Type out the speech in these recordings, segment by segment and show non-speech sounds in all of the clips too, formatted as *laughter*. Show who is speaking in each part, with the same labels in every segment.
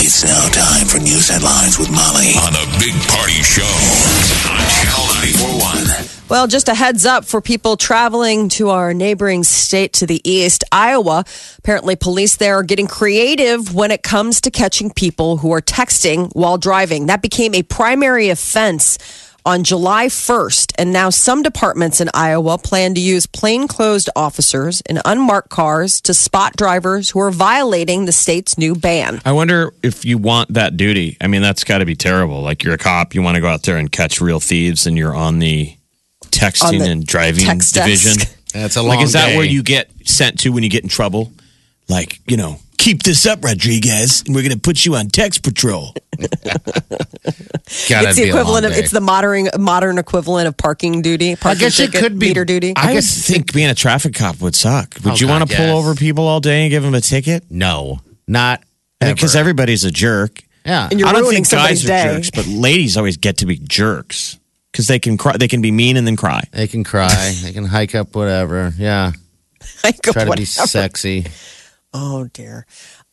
Speaker 1: It's now time for news headlines with Molly on the Big Party Show on Channel 941.
Speaker 2: Well, just a heads up for people traveling to our neighboring state to the east, Iowa. Apparently, police there are getting creative when it comes to catching people who are texting while driving. That became a primary offense on July 1st, and now some departments in Iowa plan to use plainclothes officers in unmarked cars to spot drivers who are violating the state's new ban.
Speaker 3: I wonder if you want that duty. I mean, that's got to be terrible. Like you're a cop, you want to go out there and catch real thieves, and you're on the texting
Speaker 2: On the
Speaker 3: and driving
Speaker 2: text
Speaker 3: division.
Speaker 2: desk.
Speaker 4: That's a long
Speaker 3: Like, is that
Speaker 4: day.
Speaker 3: where you get sent to when you get in trouble? Like, you know, keep this up, Rodriguez, and we're going to put you on text patrol.
Speaker 4: Gotta
Speaker 2: It's the
Speaker 4: be a long
Speaker 2: equivalent of
Speaker 4: day.
Speaker 2: it's the modern modern equivalent of parking duty.
Speaker 4: I
Speaker 2: Parking
Speaker 4: guess it
Speaker 2: ticket,
Speaker 4: could be
Speaker 2: meter duty. *laughs*
Speaker 3: I,
Speaker 4: I
Speaker 3: would
Speaker 4: guess
Speaker 3: think being a traffic cop would suck. Would
Speaker 4: Oh,
Speaker 3: you
Speaker 4: God,
Speaker 3: want to pull
Speaker 4: yes.
Speaker 3: over people all day and give them a ticket?
Speaker 4: No, not
Speaker 3: Because
Speaker 4: ever.
Speaker 3: everybody's a jerk.
Speaker 4: yeah.
Speaker 2: And you're
Speaker 3: I don't
Speaker 2: ruining
Speaker 3: think guys
Speaker 2: somebody's
Speaker 3: are
Speaker 2: day.
Speaker 3: jerks, but ladies always get to be jerks because they can cry. They can be mean and then cry.
Speaker 4: They can cry. they can hike up whatever.
Speaker 3: *laughs*
Speaker 4: Yeah.
Speaker 2: I go,
Speaker 4: Try to be
Speaker 2: "Whatever."
Speaker 4: sexy.
Speaker 2: Oh dear.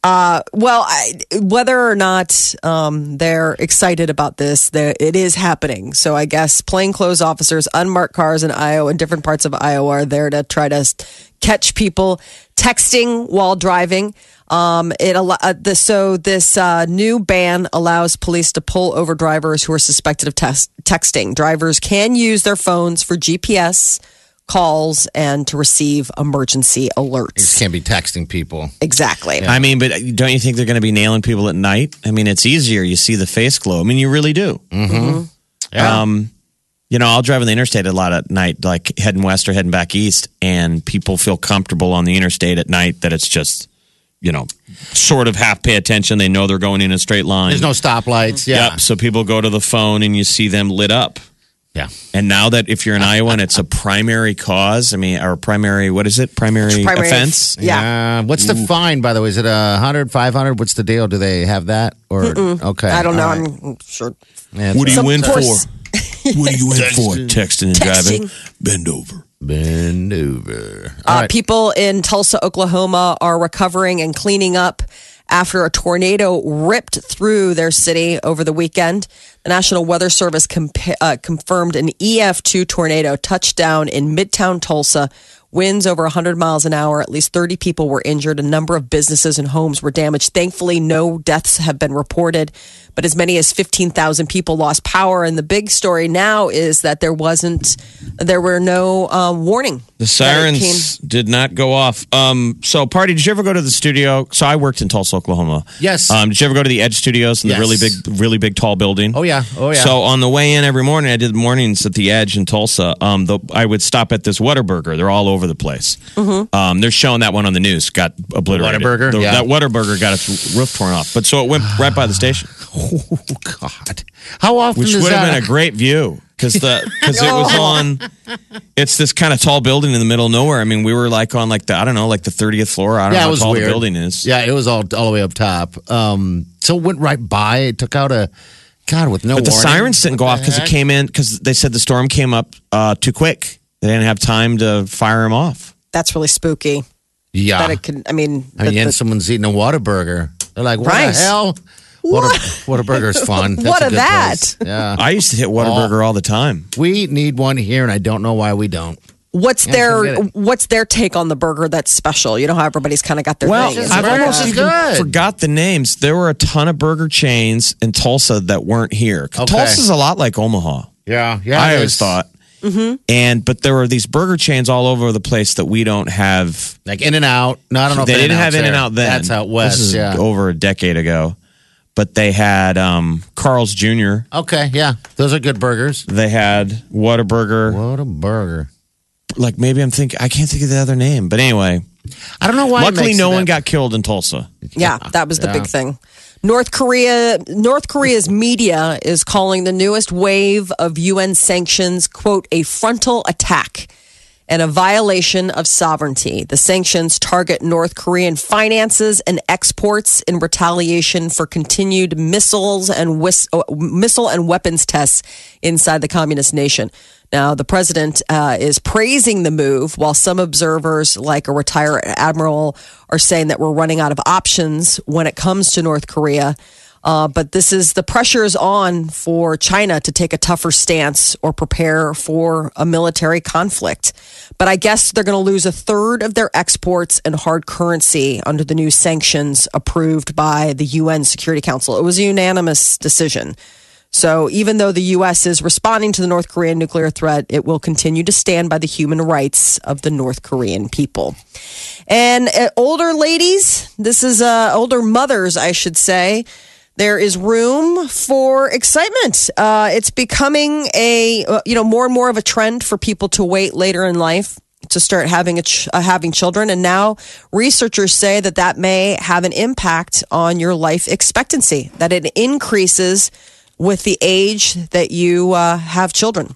Speaker 2: Uh, well, I, whether or not um, they're excited about this, there, it is happening. So I guess plainclothes officers, unmarked cars in Iowa, in different parts of Iowa, are there to try to s- catch people texting while driving. Um, it al- uh, the, so this uh, new ban allows police to pull over drivers who are suspected of tes- texting. Drivers can use their phones for GPS calls and to receive emergency
Speaker 4: You just
Speaker 2: alerts.
Speaker 4: can't be texting people.
Speaker 2: Exactly.
Speaker 3: I mean, but don't you think they're going to be nailing people at night? I mean, it's easier. You see the face glow. I mean, you really do.
Speaker 4: Mm. Yeah.
Speaker 3: Um, you know, I'll drive on the interstate a lot at night, like heading west or heading back east, and people feel comfortable on the interstate at night that it's just, you know, sort of half pay attention. They know they're going in a straight line.
Speaker 4: There's no stoplights. Yeah.
Speaker 3: Yep. So people go to the phone and you see them lit up.
Speaker 4: Yeah.
Speaker 3: And now that if you're in Iowa and it's a primary cause, I mean, or primary, what is it? Primary,
Speaker 2: Primary-
Speaker 3: offense?
Speaker 2: Yeah.
Speaker 4: Uh, what's the fine, by the way? Is it a hundred, five hundred? What's the deal? Do they have that? Or okay,
Speaker 2: I don't know.
Speaker 4: all right.
Speaker 2: I'm sure.
Speaker 4: Yeah,
Speaker 3: What do you
Speaker 2: Some
Speaker 3: win
Speaker 2: force-
Speaker 3: for? What are you in for? Texting and driving.
Speaker 2: Texting.
Speaker 3: Bend over.
Speaker 4: bend over.
Speaker 2: Uh,
Speaker 4: All right.
Speaker 2: People in Tulsa, Oklahoma are recovering and cleaning up after a tornado ripped through their city over the weekend. The National Weather Service compa- uh, confirmed an EF2 tornado touchdown in Midtown Tulsa. Winds over 100 miles an hour. At least 30 people were injured. A number of businesses and homes were damaged. Thankfully, no deaths have been reported, but as many as 15,000 people lost power. And the big story now is that there wasn't, there were no uh, warning.
Speaker 3: The
Speaker 2: that it came-
Speaker 3: sirens did not go off. Um, so, party, did you ever go to the studio? So, I worked in Tulsa, Oklahoma.
Speaker 4: Yes.
Speaker 3: Um, did you ever go to the Edge Studios in
Speaker 4: Yes.
Speaker 3: the really big, really big, tall building?
Speaker 4: Oh, yeah. Oh, yeah.
Speaker 3: So, on the way in every morning, I did mornings at the Edge in Tulsa. Um, the, I would stop at this Whataburger. They're all over the place. Um, they're showing that one on the news. Got obliterated.
Speaker 4: Mm-hmm. Whataburger?
Speaker 3: The-
Speaker 4: Yeah.
Speaker 3: That Whataburger got its roof torn off. But so it went right by the station,
Speaker 4: oh God, how often
Speaker 3: which
Speaker 4: does
Speaker 3: would have
Speaker 4: that?
Speaker 3: been a great view because
Speaker 4: *laughs*
Speaker 3: the because it was on. It's this kind of tall building in the middle of nowhere. I mean, we were like on like the I don't know like the thirtieth floor. I don't
Speaker 4: yeah,
Speaker 3: know
Speaker 4: it
Speaker 3: how
Speaker 4: was
Speaker 3: tall
Speaker 4: weird.
Speaker 3: the building is.
Speaker 4: Yeah, it was all all the way up top. Um, so it went right by. It took out a God with no.
Speaker 3: But the
Speaker 4: warning.
Speaker 3: sirens didn't go
Speaker 4: What
Speaker 3: off because
Speaker 4: the
Speaker 3: it
Speaker 4: heck?
Speaker 3: came in because they said the storm came up uh, too quick. They didn't have time to fire them off.
Speaker 2: that's really spooky.
Speaker 4: Yeah,
Speaker 2: That it can, I mean,
Speaker 4: Ah. I mean,
Speaker 2: that-
Speaker 4: and
Speaker 2: that-
Speaker 4: someone's eating a Whataburger. They're like, what
Speaker 2: Right.
Speaker 4: the hell? What? Whataburger's
Speaker 2: *laughs*
Speaker 4: fun. That's
Speaker 2: What
Speaker 4: a
Speaker 2: of
Speaker 4: good
Speaker 2: that?
Speaker 4: place. Yeah.
Speaker 3: I used to hit Whataburger all the time.
Speaker 4: We need one here, and I don't know why we don't.
Speaker 2: what's
Speaker 4: forget
Speaker 2: their
Speaker 4: it.
Speaker 2: what's their take on the burger that's special? You know how everybody's kind of got their
Speaker 3: Well,
Speaker 2: thing. It's
Speaker 3: I've
Speaker 2: like,
Speaker 3: almost
Speaker 2: uh,
Speaker 4: It's
Speaker 3: even
Speaker 4: good.
Speaker 3: forgot the names. There were a ton of burger chains in Tulsa that weren't here.
Speaker 4: Okay.
Speaker 3: Tulsa's a lot like Omaha.
Speaker 4: Yeah, yeah.
Speaker 3: I
Speaker 4: it
Speaker 3: always
Speaker 4: is.
Speaker 3: thought.
Speaker 2: Mm-hmm.
Speaker 3: And but there were these burger chains all over the place that we don't have.
Speaker 4: like In and Out. No, I don't know.
Speaker 3: they
Speaker 4: if
Speaker 3: didn't have
Speaker 4: In
Speaker 3: In and
Speaker 4: and
Speaker 3: Out then.
Speaker 4: That's out west.
Speaker 3: This is
Speaker 4: yeah.
Speaker 3: over a decade ago. But they had um, Carl's Jr.
Speaker 4: Okay. Yeah, those are good burgers.
Speaker 3: They had Whataburger.
Speaker 4: What a burger!
Speaker 3: like maybe I'm thinking I can't think of the other name, but anyway,
Speaker 4: I don't know why. it
Speaker 3: Luckily,
Speaker 4: makes
Speaker 3: no
Speaker 4: it
Speaker 3: one
Speaker 4: up.
Speaker 3: got killed in Tulsa.
Speaker 2: Yeah, that was the
Speaker 4: Yeah.
Speaker 2: big thing. North Korea North Korea's media is calling the newest wave of UN sanctions quote a frontal attack and a violation of sovereignty. The sanctions target North Korean finances and exports in retaliation for continued missiles and whis- uh, missile and weapons tests inside the communist nation. Now, the president uh, is praising the move, while some observers, like a retired admiral, are saying that we're running out of options when it comes to North Korea. Uh, but this is the pressure is on for China to take a tougher stance or prepare for a military conflict. But I guess they're going to lose a third of their exports and hard currency under the new sanctions approved by the UN Security Council. It was a unanimous decision. So even though the U.S. is responding to the North Korean nuclear threat, it will continue to stand by the human rights of the North Korean people. And uh, older ladies, this is uh, older mothers, I should say. There is room for excitement. Uh, it's becoming a uh, you know more and more of a trend for people to wait later in life to start having a ch- uh, having children, and now researchers say that that may have an impact on your life expectancy. That it increases with the age that you uh, have children.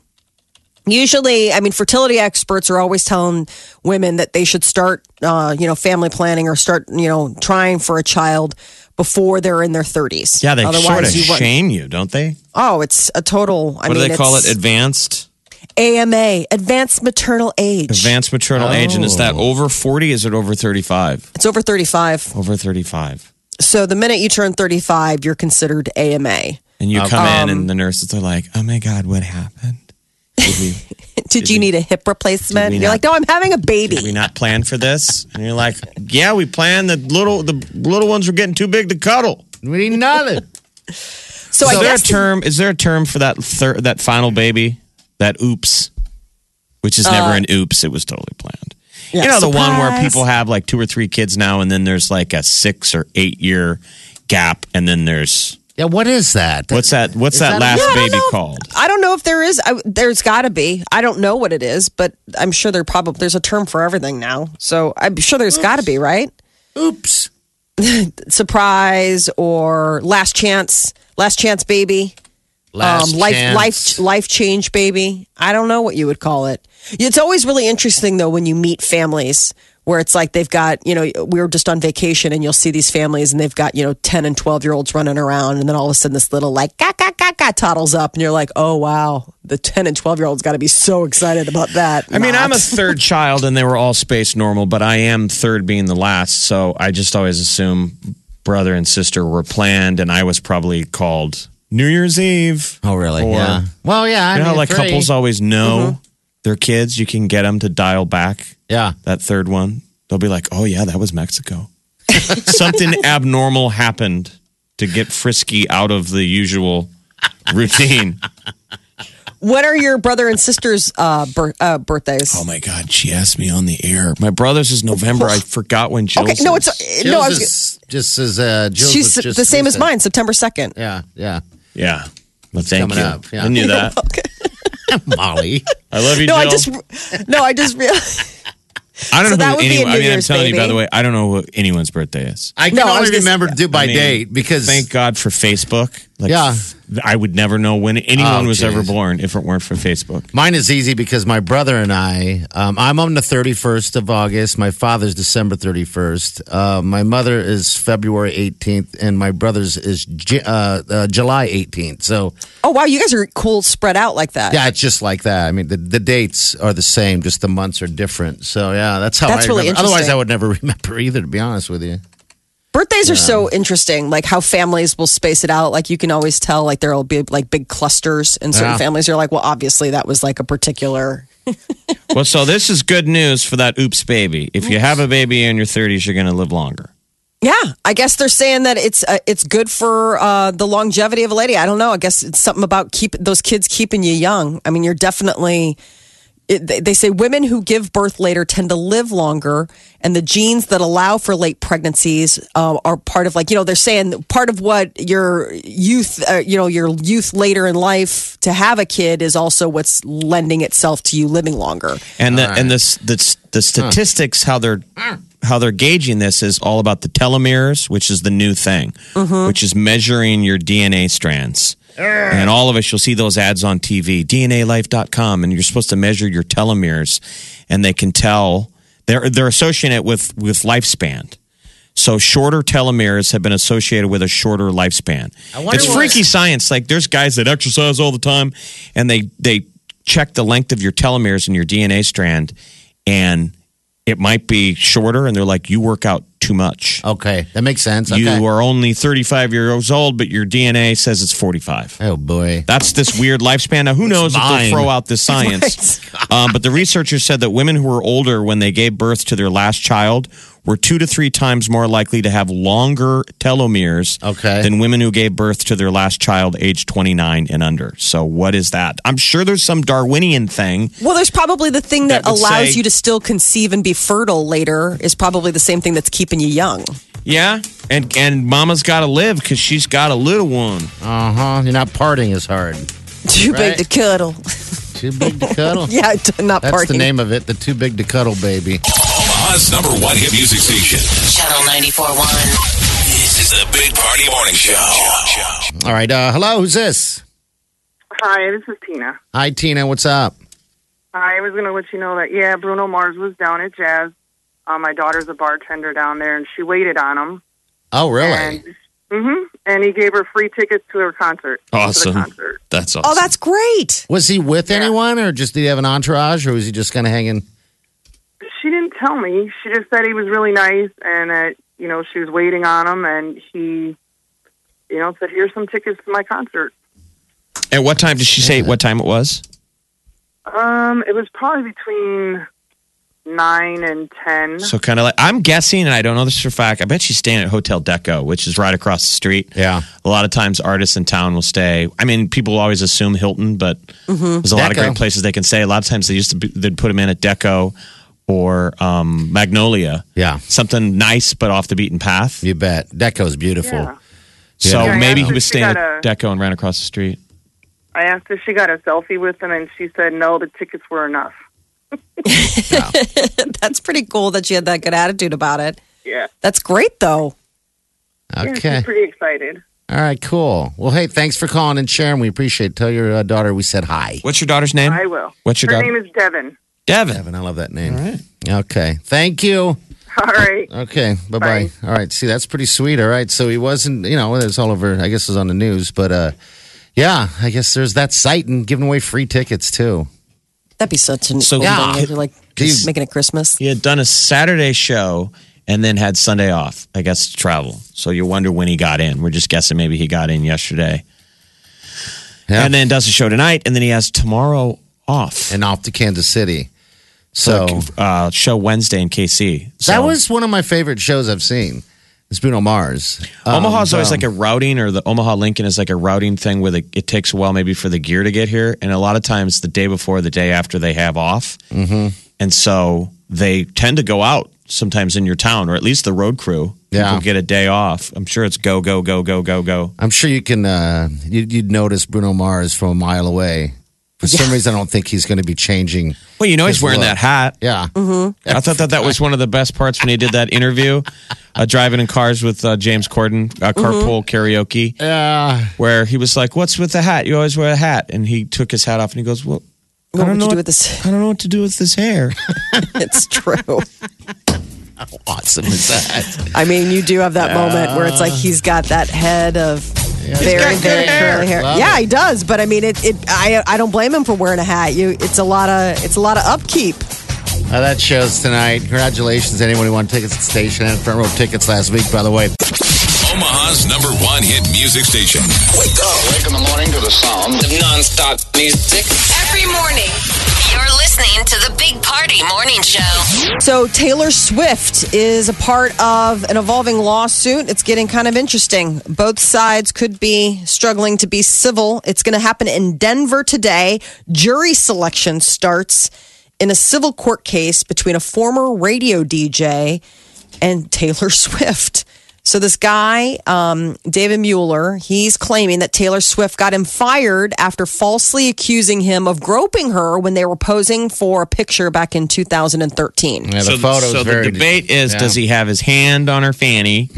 Speaker 2: Usually, I mean, fertility experts are always telling women that they should start, uh, you know, family planning or start, you know, trying for a child before they're in their 30s.
Speaker 3: Yeah, they sort of
Speaker 2: you wouldn't-
Speaker 3: shame you, don't they?
Speaker 2: Oh, it's a total. I
Speaker 3: What
Speaker 2: mean,
Speaker 3: do they call it?
Speaker 2: it's
Speaker 3: Advanced,
Speaker 2: AMA, advanced maternal age.
Speaker 3: advanced maternal
Speaker 2: Oh.
Speaker 3: age, and is that over forty? Is it over thirty-five?
Speaker 2: it's over 35.
Speaker 3: Over thirty-five,
Speaker 2: So the minute you turn 35, you're considered AMA.
Speaker 3: and you come
Speaker 2: um,
Speaker 3: in, and the nurses are like, "Oh my god, what happened? Did we,
Speaker 2: *laughs* Did you need a hip replacement?
Speaker 3: we
Speaker 2: You're
Speaker 3: not-
Speaker 2: like, no, I'm having a baby.
Speaker 3: did we not plan for this?" And you're like, "Yeah, we planned. The little the little ones were getting too big to cuddle."
Speaker 4: We
Speaker 3: *laughs*
Speaker 4: need another.
Speaker 2: So,
Speaker 3: is
Speaker 2: I
Speaker 3: there a
Speaker 2: guess
Speaker 3: term? Is there a term for that thir- that final baby? That oops, which is never an oops. It was totally planned. you know the one where
Speaker 2: Uh, Surprise.
Speaker 3: people have like two or three kids now, and then there's like a six or eight year gap, and then there's
Speaker 4: yeah, what is that?
Speaker 3: what's that? What's
Speaker 4: Is
Speaker 3: that, last
Speaker 4: that- Yeah, I
Speaker 2: don't
Speaker 3: baby
Speaker 2: know.
Speaker 3: called?
Speaker 2: I don't know if there is. I, there's got to be. I don't know what it is, but I'm sure there probably there's a term for everything now. So I'm sure there's got to be right
Speaker 4: Oops.
Speaker 2: Um, surprise or last chance, last chance baby,
Speaker 4: Last
Speaker 2: Um, life
Speaker 4: chance.
Speaker 2: life life change baby. I don't know what you would call it. It's always really interesting though when you meet families where it's like they've got you know we were just on vacation and you'll see these families and they've got you know ten and twelve year olds running around and then all of a sudden this little like ga ga ga ga toddles up and you're like oh wow the ten and twelve year olds got to be so excited about that.
Speaker 3: I mean, I'm
Speaker 2: Not.
Speaker 3: a
Speaker 4: *laughs*
Speaker 3: third child, and they were all spaced normal, but I am third being the last, so I just always assume brother and sister were planned, and I was probably called New Year's Eve.
Speaker 4: Oh, really?
Speaker 3: Or-
Speaker 4: yeah. Well, yeah. I
Speaker 3: You know, how,
Speaker 4: mean,
Speaker 3: like
Speaker 4: three.
Speaker 3: couples always know their kids. You can get them to dial back
Speaker 4: Yeah.
Speaker 3: that third one. They'll be like, "Oh yeah, that was Mexico." Something abnormal happened to get Frisky out of the usual routine.
Speaker 2: When are your brother and sister's uh, bir- uh, birthdays?
Speaker 4: Um,
Speaker 3: oh my God, she asked me on the air. My brother's is November. I forgot when Jill's.
Speaker 2: okay, no,
Speaker 3: is.
Speaker 2: it's
Speaker 4: Jill's
Speaker 2: no. I was,
Speaker 4: is just as uh, Jill's
Speaker 2: she's
Speaker 4: is just
Speaker 2: the same as
Speaker 4: recent.
Speaker 2: mine, September second.
Speaker 4: Yeah, yeah.
Speaker 3: yeah. Well, thank
Speaker 4: coming
Speaker 3: you.
Speaker 4: up, yeah.
Speaker 3: I knew that.
Speaker 4: Molly.
Speaker 3: I love
Speaker 2: *laughs*
Speaker 3: you,
Speaker 2: No,
Speaker 3: Jill.
Speaker 2: I just no, I
Speaker 3: *laughs*
Speaker 2: just realized.
Speaker 3: I don't
Speaker 2: so
Speaker 3: know
Speaker 2: that
Speaker 3: who
Speaker 2: would be a
Speaker 3: anyone. I
Speaker 2: New
Speaker 3: mean, I'm
Speaker 2: Year's
Speaker 3: telling you. By
Speaker 2: baby.
Speaker 3: the way, I don't know who anyone's birthday is.
Speaker 4: *laughs* I can
Speaker 2: No, I
Speaker 4: only
Speaker 2: was gonna-
Speaker 4: remember do by
Speaker 3: I mean,
Speaker 4: date because
Speaker 3: Thank God for Facebook. Like,
Speaker 4: Yeah.
Speaker 3: f- I would never know when anyone
Speaker 4: Oh,
Speaker 3: was
Speaker 4: geez.
Speaker 3: ever born if it weren't for Facebook.
Speaker 4: Mine is easy because my brother and I, um, I'm on the 31st of August. My father's December 31st. Uh, my mother is February 18th, and my brother's is J- uh, uh, July 18th. So,
Speaker 2: Oh wow, you guys are cool spread out like that.
Speaker 4: yeah, it's just like that. I mean, the, the dates are the same, just the months are different. So, yeah, that's how
Speaker 2: That's
Speaker 4: I
Speaker 2: really
Speaker 4: remember. Otherwise,
Speaker 2: interesting.
Speaker 4: I would never *laughs* remember either, to be honest with you.
Speaker 2: Birthdays are so interesting, like how families will space it out. Like you can always tell, like there'll be like big clusters, and certain
Speaker 4: Yeah.
Speaker 2: families are like, well, obviously that was like a particular.
Speaker 3: Well, so this is good news for that oops baby. If you have a baby in your 30s, you're going to live longer.
Speaker 2: Yeah, I guess they're saying that it's uh, it's good for uh, the longevity of a lady. I don't know. I guess it's something about keep those kids keeping you young. I mean, you're definitely. It, they- they say women who give birth later tend to live longer, and the genes that allow for late pregnancies uh, are part of like you know they're saying part of what your youth uh, you know your youth later in life to have a kid is also what's lending itself to you living longer.
Speaker 3: And the, and this the the statistics how they're how they're gauging this is all about the telomeres, which is the new thing, which is measuring your DNA strands. And all of us, you'll see those ads on TV, DNALife.com, and you're supposed to measure your telomeres, and they can tell they're they're associating it with with lifespan. So shorter telomeres have been associated with a shorter lifespan. It's freaky science. Like there's guys that exercise all the time, and they they check the length of your telomeres in your DNA strand, and it might be shorter. And they're like, you work out too much.
Speaker 4: Okay, that makes sense.
Speaker 3: You
Speaker 4: Oh, okay.
Speaker 3: are only 35 years old, but your DNA says it's 45.
Speaker 4: oh boy.
Speaker 3: That's this weird lifespan. Now, who knows if
Speaker 4: mine.
Speaker 3: they'll throw *laughs* out this science? Um, but the researchers said that women who were older when they gave birth to their last child were two to three times more likely to have longer telomeres
Speaker 4: Okay.
Speaker 3: than women who gave birth to their last child age 29 and under. So, what is that? I'm sure there's some Darwinian thing.
Speaker 2: Well, there's probably the thing that,
Speaker 3: That would
Speaker 2: allows
Speaker 3: say-
Speaker 2: you to still conceive and be fertile later is probably the same thing that's keeping you young. *laughs*
Speaker 3: Yeah. And, and mama's got to live because she's got a little one.
Speaker 4: Uh huh. You're not parting as hard.
Speaker 2: Too
Speaker 4: Right.
Speaker 2: big to cuddle. *laughs*
Speaker 4: Too big to cuddle.
Speaker 2: yeah, not
Speaker 4: That's
Speaker 2: party.
Speaker 4: the name of it. The too big to cuddle baby.
Speaker 1: Omaha's number one hit music station.
Speaker 5: Channel 94.1.
Speaker 1: This is the Big Party Morning Show.
Speaker 4: All right. Uh, hello. Who's this?
Speaker 6: Hi, this is Tina.
Speaker 4: Hi, Tina. What's up?
Speaker 6: I was going to let you know that, yeah, Bruno Mars was down at Jazz. Uh, my daughter's a bartender down there, and she waited on him.
Speaker 4: Oh, really?
Speaker 6: And, hmm and he gave her free tickets to her concert. to the
Speaker 3: Awesome.
Speaker 6: concert.
Speaker 3: That's awesome.
Speaker 2: oh, that's great. *laughs*
Speaker 4: was he with anyone, or just did he have an entourage, or was he just kind of hanging?
Speaker 6: She didn't tell me. She just said he was really nice and that, you know, she was waiting on him, and he, you know, said, here's some tickets to my concert.
Speaker 3: At what time did she say what time it was?
Speaker 6: Um, It was probably between 9 and 10.
Speaker 3: So kind of like I'm guessing, and I don't know this for a fact. I bet she's staying at Hotel Deco, which is right across the street.
Speaker 4: Yeah.
Speaker 3: a lot of times artists in town will stay. I mean, people always assume Hilton, but there's a lot of
Speaker 4: Deco.
Speaker 3: great places they can stay. A lot of times they used to be, they'd put them in at Deco or um, Magnolia,
Speaker 4: Yeah.
Speaker 3: something nice but off the beaten path.
Speaker 4: You bet. Deco's beautiful.
Speaker 6: Yeah.
Speaker 3: So
Speaker 4: Yeah,
Speaker 3: maybe he
Speaker 6: actually
Speaker 3: was staying at
Speaker 6: got a-
Speaker 3: Deco and ran across the street.
Speaker 6: I asked if she got a selfie with him, and she said, no, the tickets were enough.
Speaker 2: That's pretty cool that you had that good attitude about it.
Speaker 6: Yeah.
Speaker 2: That's great, though.
Speaker 6: Yeah,
Speaker 4: Okay.
Speaker 6: she's pretty excited.
Speaker 4: All right. Cool. Well, hey, thanks for calling and sharing. We appreciate. it. Tell your uh, daughter we said hi.
Speaker 3: What's your daughter's name?
Speaker 6: I will.
Speaker 3: What's your
Speaker 6: Her
Speaker 3: daughter?
Speaker 6: name is Devin. *laughs*
Speaker 3: Devin.
Speaker 4: Evan, I love that name. All right. Okay. Thank you.
Speaker 6: All right.
Speaker 4: Okay. Bye bye. All right. See, that's pretty sweet. All right. So he wasn't, you know, it's all over. I guess it was on the news, but uh, yeah, I guess there's that sight and giving away free tickets too.
Speaker 2: That'd be such an
Speaker 3: So-
Speaker 2: cool
Speaker 3: Yeah.
Speaker 2: thing. if You're like
Speaker 4: Dude.
Speaker 2: making it Christmas.
Speaker 3: He had done a Saturday show and then had Sunday off, I guess, to travel. So you wonder when he got in. We're just guessing maybe he got in yesterday.
Speaker 4: Yeah.
Speaker 3: And then does a show tonight, and then he has tomorrow off.
Speaker 4: and off to Kansas City. So
Speaker 3: uh, show Wednesday in KC. So
Speaker 4: that was one of my favorite shows I've seen. It's Bruno Mars. Uh,
Speaker 3: Omaha's
Speaker 4: um,
Speaker 3: always like a routing, or the Omaha Lincoln is like a routing thing where the, it takes a while maybe for the gear to get here, and a lot of times the day before, the day after they have off, mm-hmm. and so they tend to go out sometimes in your town, or at least the road crew.
Speaker 4: Yeah.
Speaker 3: People get a day off. I'm sure it's go go go go go go.
Speaker 4: I'm sure you can. Uh, you'd, you'd notice Bruno Mars from a mile away. For some reason, I don't think he's going to be changing.
Speaker 3: Well, you know he's
Speaker 4: His
Speaker 3: wearing
Speaker 4: look.
Speaker 3: that hat.
Speaker 4: Yeah.
Speaker 3: I thought that that was one of the best parts when he did that interview, uh, driving in cars with uh, James Corden, uh, carpool
Speaker 2: Mm-hmm.
Speaker 3: karaoke.
Speaker 4: Yeah.
Speaker 3: where he was like, "What's with the hat? You always wear a hat." And he took his hat off and he goes, "Well, I
Speaker 2: What
Speaker 3: don't
Speaker 2: would
Speaker 3: know
Speaker 2: you
Speaker 3: what,
Speaker 2: do with this? *laughs*
Speaker 3: I don't know what to do with this hair."
Speaker 2: It's
Speaker 4: *laughs*
Speaker 2: true.
Speaker 4: awesome is that?
Speaker 2: I mean, you do have that moment where it's like he's got that head of very,
Speaker 4: He's got
Speaker 2: very
Speaker 4: good hair.
Speaker 2: curly hair.
Speaker 4: Love
Speaker 2: yeah,
Speaker 4: it.
Speaker 2: he does. But I mean, it. it I, I don't blame him for wearing a hat. You, it's a lot of, it's a lot of upkeep.
Speaker 4: Uh, that show's tonight. Congratulations, anyone who won tickets at the station and front row tickets last week. By the way,
Speaker 1: Omaha's number one hit music station.
Speaker 7: Wake up. Wake in the morning to the sound of non-stop music.
Speaker 5: Every morning, you're listening to the Big Party Morning Show.
Speaker 2: So Taylor Swift is a part of an evolving lawsuit. It's getting kind of interesting. Both sides could be struggling to be civil. It's going to happen in Denver today. Jury selection starts in a civil *laughs* court case between a former radio DJ and Taylor Swift. So this guy, um, David Mueller, he's claiming that Taylor Swift got him fired after falsely accusing him of groping her when they were posing for a picture back in 2013.
Speaker 4: *laughs* Yeah, the
Speaker 3: so,
Speaker 4: photo's
Speaker 3: so
Speaker 4: very
Speaker 3: the debate is:
Speaker 4: yeah. Mm-hmm.
Speaker 3: Does he have his hand on her fanny,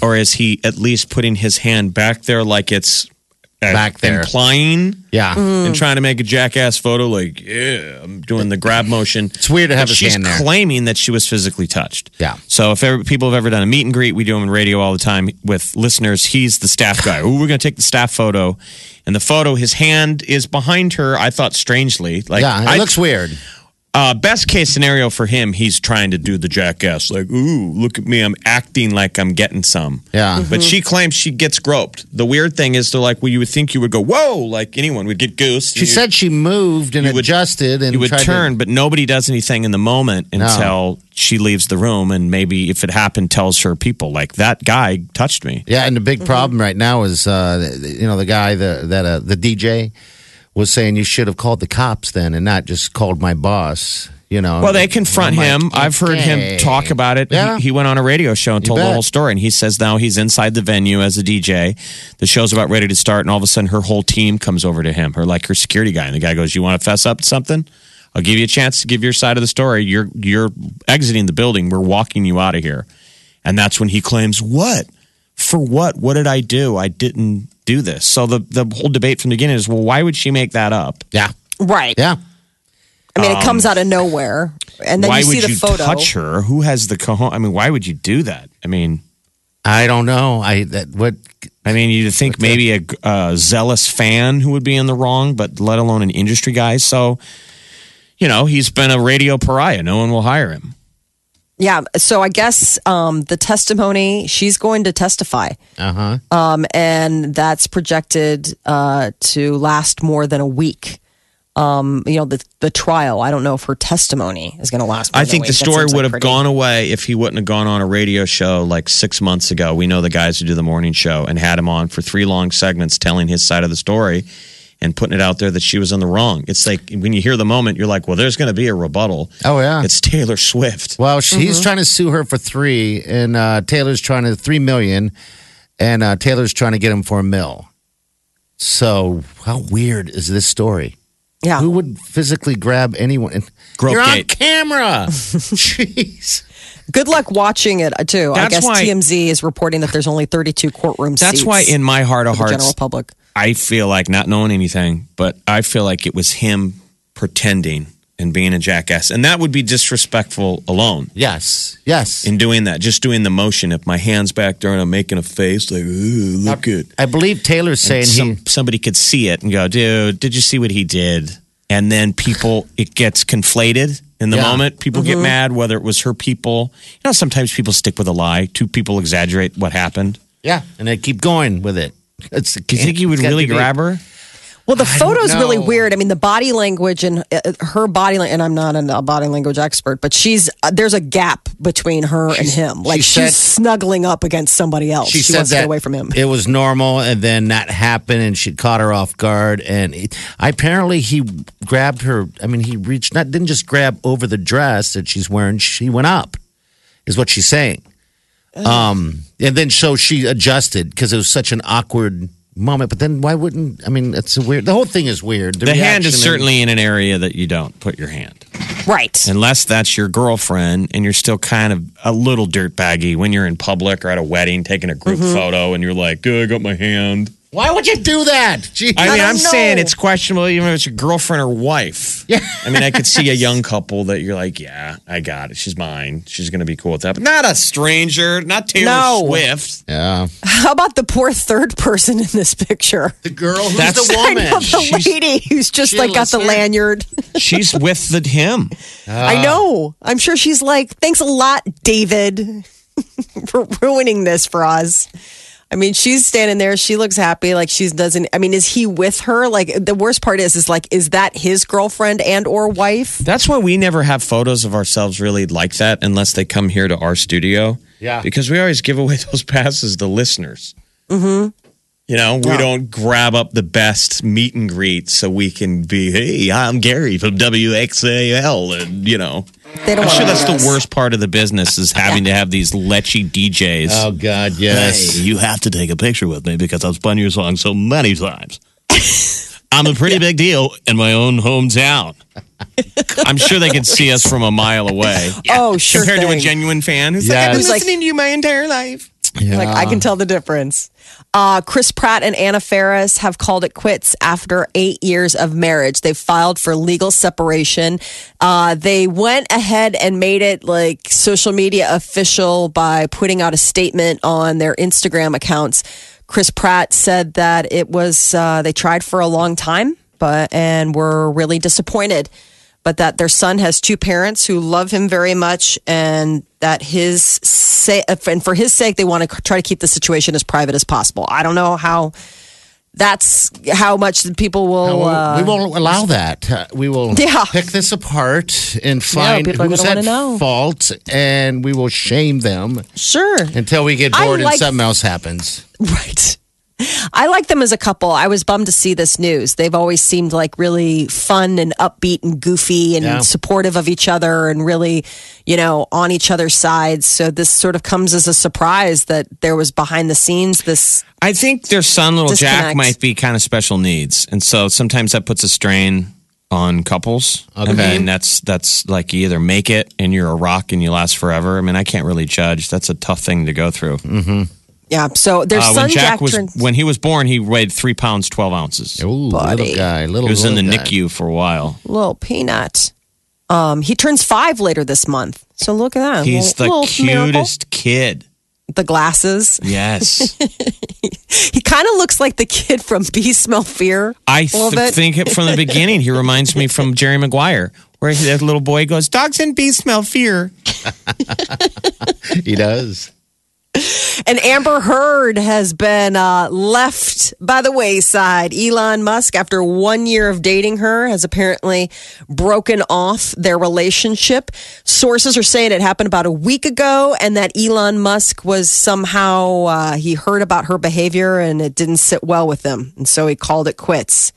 Speaker 3: or is he at least putting his hand back there, like it's uh,
Speaker 4: Back there.
Speaker 3: implying
Speaker 4: Yeah.
Speaker 3: and trying to make a jackass photo? Like, yeah, I'm doing the grab motion.
Speaker 4: It's weird to have
Speaker 3: But
Speaker 4: his
Speaker 3: she's
Speaker 4: hand there.
Speaker 3: claiming that she was physically touched.
Speaker 4: Yeah.
Speaker 3: So if ever, people have ever done a meet and greet, we do them in radio all the time with listeners. He's the staff guy. Ooh, we're going to take the staff photo, and the photo, his hand is behind her. I thought strangely, like,
Speaker 4: yeah, it
Speaker 3: I,
Speaker 4: looks weird.
Speaker 3: uh, best case scenario for him, he's trying to do the jackass, like, ooh, look at me, I'm acting like I'm getting some.
Speaker 4: Yeah. Mm-hmm.
Speaker 3: But she claims she gets groped. The weird thing is, they're like, well, you would think you would go, whoa, like anyone would get goose.
Speaker 4: She said she moved and
Speaker 3: you would-
Speaker 4: adjusted and
Speaker 3: you would
Speaker 4: tried to-
Speaker 3: turn, but nobody does anything in the moment until she leaves the room, and maybe if it happened, tells her people, like, that guy touched me.
Speaker 4: Yeah, and the
Speaker 3: Mm-hmm.
Speaker 4: big problem right now is, uh, you know, the guy the, that uh, the DJ was saying you should have called the cops then and not just called my boss. You know,
Speaker 3: Well, they confront
Speaker 4: I'm
Speaker 3: him.
Speaker 4: like,
Speaker 3: I've heard
Speaker 4: okay.
Speaker 3: him talk about it.
Speaker 4: Yeah.
Speaker 3: He, he went on a radio show and told the
Speaker 4: bet.
Speaker 3: whole story, and he says now he's inside the venue as a DJ. The show's about ready to start, and all of a sudden, her whole team comes over to him, her like her security guy, and the guy goes, "You want to fess up to something? I'll give you a chance to give your side of the story. You're you're exiting the building. We're walking you out of here." And that's when he claims, "What for? What? What did I do? I didn't." Do this. So the the whole debate from the beginning is well, why would she make that up?
Speaker 4: Yeah,
Speaker 2: Right.
Speaker 4: yeah.
Speaker 2: I mean, it comes out of nowhere, and then
Speaker 3: Um, why
Speaker 2: you see
Speaker 3: would
Speaker 2: the
Speaker 3: you
Speaker 2: photo.
Speaker 3: touch her? Who has the cojones? I mean, why would you do that? I mean,
Speaker 4: I don't know. I that what
Speaker 3: I mean, you'd think maybe a, a zealous fan who would be in the wrong, but let alone an industry guy. So, you know, he's been a radio pariah. No one will hire him.
Speaker 2: Yeah. So I guess um, the testimony she's going to testify,
Speaker 4: uh huh.
Speaker 2: um, and that's projected uh, to last more than a week. Um, you know, the the trial. I don't know if her testimony is going to last. More
Speaker 3: I
Speaker 2: than
Speaker 3: think
Speaker 2: a
Speaker 3: the
Speaker 2: week. That
Speaker 3: story
Speaker 2: seems
Speaker 3: would
Speaker 2: like
Speaker 3: have
Speaker 2: pretty-
Speaker 3: gone away if he wouldn't have gone on a radio show like six months ago. We know the guys who do the morning show and had him on for three long segments telling his side of the story and putting it out there that she was in the wrong. It's like when you hear the moment, you're like, well, there's going to be a rebuttal.
Speaker 4: Oh
Speaker 2: Uh-huh.
Speaker 4: yeah.
Speaker 3: It's Taylor Swift.
Speaker 4: well, she, he's trying to sue her for three, and uh, Taylor's trying to three million, and uh, Taylor's trying to get him for a mill. So how weird is this story?
Speaker 2: Yeah.
Speaker 4: Who would physically grab anyone?
Speaker 3: Grope
Speaker 4: You're on
Speaker 3: gate.
Speaker 4: camera. Jeez.
Speaker 2: Good luck watching it uh, too. I
Speaker 3: That's
Speaker 2: guess
Speaker 3: why-
Speaker 2: TMZ is reporting that there's only 32 courtroom
Speaker 3: That's
Speaker 2: seats
Speaker 3: why, in my heart of
Speaker 2: for the
Speaker 3: hearts,
Speaker 2: general public.
Speaker 3: I feel like not knowing anything, but I feel like it was him pretending and being a jackass. And that would be disrespectful alone
Speaker 4: Yes. Yes.
Speaker 3: in doing that, just doing the motion. If my hand's back there and I'm making a face, like, ooh, look at.
Speaker 4: I believe Taylor's saying
Speaker 3: Some,
Speaker 4: he.
Speaker 3: somebody could see it and go, dude, did you see what he did? And then people, it gets conflated in the
Speaker 4: Yeah. Mm-hmm.
Speaker 3: moment. People get mad, whether it was her people. You know, sometimes people stick with a lie. Two people exaggerate what happened.
Speaker 4: Yeah, and they keep going with it. It's,
Speaker 3: Do you think you would really grab her?
Speaker 2: Well, the photo's
Speaker 4: know.
Speaker 2: really weird. I mean, the body language and uh, her body, lang- and I'm not an- a body language expert, but she's uh, there's a gap between her and him. Like
Speaker 4: she
Speaker 2: she's
Speaker 4: said-
Speaker 2: snuggling up against somebody else. She, wants to get away from him.
Speaker 4: It was normal, and then that happened, and she caught her off guard. And it, apparently, he grabbed her. I mean, he reached not didn't just grab over the dress that she's wearing. She went up, is what she's saying. Um, and then so she adjusted because it was such an awkward moment. But then why wouldn't I mean? It's a weird. The whole thing is weird.
Speaker 3: The hand is
Speaker 4: reaction and-
Speaker 3: certainly in an area that you don't put your hand,
Speaker 2: right.
Speaker 3: unless that's your girlfriend, and you're still kind of a little dirt baggy when you're in public or at a wedding taking a group photo, and you're like, "Oh, "I got my hand."
Speaker 4: Why would you do that? Jeez.
Speaker 3: I mean,
Speaker 2: don't
Speaker 3: I'm
Speaker 2: know.
Speaker 3: saying it's questionable, even if it's your girlfriend or wife. Yeah. I mean, I could
Speaker 2: *laughs*
Speaker 3: see a young couple that you're like, "Yeah, I got it. She's mine. She's gonna be cool with that." But not a stranger, not Taylor
Speaker 2: No.
Speaker 3: Swift.
Speaker 4: yeah.
Speaker 2: How about the poor third *laughs* person in this picture?
Speaker 4: The girl who's
Speaker 3: That's-
Speaker 4: the
Speaker 2: I
Speaker 4: woman.
Speaker 2: know the
Speaker 3: she's-
Speaker 2: lady who's just like got the
Speaker 4: listener?
Speaker 2: lanyard.
Speaker 3: She's with the him. Uh.
Speaker 2: I know. I'm sure she's like, thanks a lot, David, *laughs* for ruining this for us. I mean, she's standing there. She looks happy. Like she's doesn't. I mean, is he with her? Like the worst part is, is like, is that his girlfriend and or wife?
Speaker 3: That's why we never have photos of ourselves really like that unless they come here to our studio.
Speaker 4: Yeah.
Speaker 3: *laughs* Because we always give away those passes to listeners. Mm-hmm. You know, we don't grab up the best meet and greet so we can be, hey, I'm Gary from WXAL. And, you know,
Speaker 2: They don't
Speaker 3: I'm
Speaker 2: want to
Speaker 3: sure that's the worst part of the business is having to have these lechy DJs.
Speaker 4: *laughs* Oh God, yes.
Speaker 3: you have to take a picture with me because I've spun your song so many times. I'm a *laughs* pretty big deal in my own *laughs* hometown. I'm sure they could see us from a mile away.
Speaker 2: Oh, sure
Speaker 3: Compared to a
Speaker 2: thing.
Speaker 3: genuine fan who's like,
Speaker 4: Yes.
Speaker 3: I've been
Speaker 2: Who's like-
Speaker 3: listening to you my entire life.
Speaker 2: Like I can tell the difference. Uh, Chris Pratt and Anna Faris have called it quits after eight years of marriage. They filed for legal separation. Uh, they went ahead and made it like social media official by putting out a statement on their Instagram accounts. Chris Pratt said that it was uh, they tried for a long time, but and were really disappointed but that their son has two parents who love him very much and that his say and for his sake they want to try to keep the situation as private as possible i don't know how that's how much the people will
Speaker 4: No,
Speaker 2: uh,
Speaker 4: we won't allow that. Uh, We will
Speaker 2: Yeah.
Speaker 4: pick this apart and find
Speaker 2: people are
Speaker 4: who's
Speaker 2: gonna
Speaker 4: at
Speaker 2: wanna know.
Speaker 4: fault, and we will shame them
Speaker 2: sure *laughs*
Speaker 4: until we get
Speaker 2: I
Speaker 4: bored
Speaker 2: like-
Speaker 4: and something else happens.
Speaker 2: right i like them as a couple i was bummed to see this news they've always seemed like really fun and upbeat and goofy and
Speaker 4: Yeah.
Speaker 2: supportive of each other and really you know on each other's sides so this sort of comes as a surprise that there was behind the scenes this
Speaker 3: I think their son, little Jack,
Speaker 2: Disconnect.
Speaker 3: might be kind of special needs, and so sometimes that puts a strain on couples. I
Speaker 4: Okay.
Speaker 3: mean, that's that's like you either make it and you're a rock and you last forever. I mean, I can't really judge. That's a tough thing to go through.
Speaker 2: yeah so their
Speaker 3: Uh,
Speaker 2: son
Speaker 3: when Jack,
Speaker 2: jack,
Speaker 3: was
Speaker 2: turned-
Speaker 3: when he was born, he weighed three pounds twelve ounces. He
Speaker 4: Ooh, little guy, little.
Speaker 3: was in the
Speaker 4: little guy.
Speaker 3: NICU for a while.
Speaker 2: little peanut. Um, he turns five later this month. So look at that.
Speaker 3: He's
Speaker 2: Little-
Speaker 3: the
Speaker 2: little miracle.
Speaker 3: cutest kid.
Speaker 2: The glasses. *laughs*
Speaker 3: Yes,
Speaker 2: He kind of looks like the kid from Bee Smell Fear.
Speaker 3: I
Speaker 2: A little
Speaker 3: th-
Speaker 2: bit.
Speaker 3: think it from the beginning. He reminds me from Jerry Maguire, where that little boy goes, "Dogs and bees smell fear."
Speaker 4: He does.
Speaker 2: And Amber Heard has been uh, left by the wayside. Elon Musk, after one year of dating her, has apparently broken off their relationship. Sources are saying it happened about a week ago and that Elon Musk was somehow, uh, he heard about her behavior and it didn't sit well with him. And so he called it quits.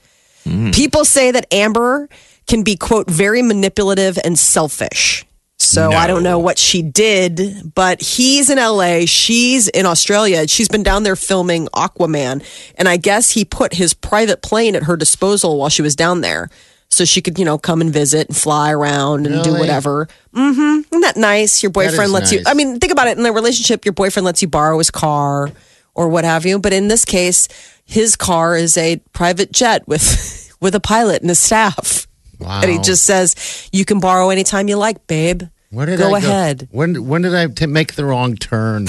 Speaker 2: People say that Amber can be, quote, very manipulative and selfish. So I don't know what she did, but he's in LA, she's in Australia. She's been down there filming Aquaman. And I guess he put his private plane at her disposal while she was down there. So she could, you know, come and visit and fly around and do
Speaker 4: Really?
Speaker 2: whatever. hmm Isn't that nice? Your boyfriend lets you.
Speaker 4: nice.
Speaker 2: I mean, think about it. In their relationship, your boyfriend lets you borrow his car or what have you. But in this case, his car is a private jet with *laughs* with a pilot and a staff.
Speaker 4: Wow.
Speaker 2: And he just says, "You can borrow anytime you like, babe.
Speaker 4: Where did
Speaker 2: go
Speaker 4: I
Speaker 2: ahead.
Speaker 4: When when did I t- make the
Speaker 2: *laughs*
Speaker 4: wrong turn?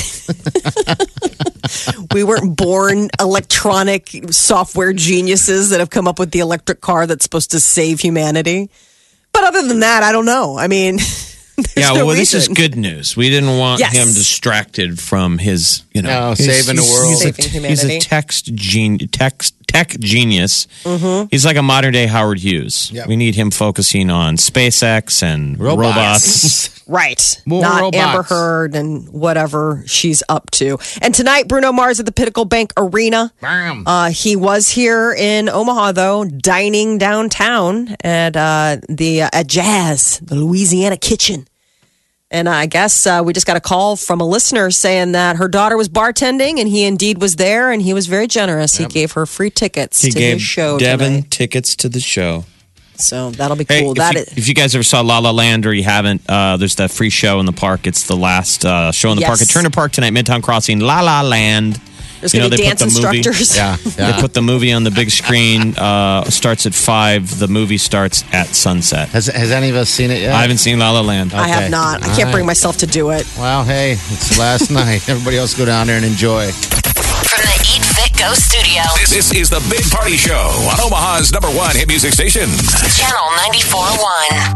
Speaker 2: we weren't born electronic software geniuses that have come up with the electric car that's supposed to save humanity. But other than that, I don't know. I mean, *laughs* there's
Speaker 3: yeah,
Speaker 2: no
Speaker 3: well, this is
Speaker 2: reason.
Speaker 3: good news. We didn't want
Speaker 2: Yes.
Speaker 3: him distracted from his, you know,
Speaker 4: No,
Speaker 3: he's-
Speaker 4: saving the
Speaker 3: he's-
Speaker 4: world.
Speaker 3: He's a,
Speaker 2: Saving
Speaker 3: he's a
Speaker 2: humanity.
Speaker 3: text gen, text tech genius.
Speaker 2: Mm-hmm.
Speaker 3: He's like a modern day Howard Hughes.
Speaker 4: Yep.
Speaker 3: We need him focusing on SpaceX and robots.
Speaker 4: Robots.
Speaker 2: Right.
Speaker 4: More
Speaker 2: Not
Speaker 4: robots.
Speaker 2: Amber Heard and whatever she's up to. And tonight, Bruno Mars at the Pinnacle Bank Arena.
Speaker 4: Bam.
Speaker 2: Uh, he was here in Omaha, though, dining downtown at uh, the uh, at Jazz, the Louisiana Kitchen. And I guess uh, we just got a call from a listener saying that her daughter was bartending, and he indeed was there, and he was very generous. He gave her free tickets
Speaker 3: He
Speaker 2: to
Speaker 3: gave
Speaker 2: his show
Speaker 3: Devin
Speaker 2: tonight.
Speaker 3: tickets to the show.
Speaker 2: So that'll be
Speaker 3: Hey,
Speaker 2: cool.
Speaker 3: if,
Speaker 2: That
Speaker 3: you,
Speaker 2: is-
Speaker 3: if you guys ever saw La La Land or you haven't, uh, there's that free show in the park. It's the last uh, show in the park at
Speaker 2: Yes.
Speaker 3: Turner Park tonight, Midtown Crossing, La La Land.
Speaker 2: there's
Speaker 3: you
Speaker 2: going
Speaker 3: know,
Speaker 2: to be
Speaker 3: they
Speaker 2: dance
Speaker 3: put the movie-
Speaker 2: instructors.
Speaker 4: yeah,
Speaker 3: They
Speaker 4: yeah.
Speaker 3: put the movie on the big screen. Uh, starts at five. The movie starts at sunset.
Speaker 4: Has has any of us seen it yet?
Speaker 3: I haven't seen La La
Speaker 2: *laughs*
Speaker 3: Land.
Speaker 2: I have
Speaker 4: Okay.
Speaker 2: not. I can't
Speaker 4: All
Speaker 2: bring
Speaker 4: right.
Speaker 2: myself to do it.
Speaker 4: Well, hey, it's last *laughs* night. Everybody else go down there and enjoy.
Speaker 5: From the Eat Fit Go studio,
Speaker 1: This, this is the Big Party Show on Omaha's number one hit music station.
Speaker 5: Channel 94.1.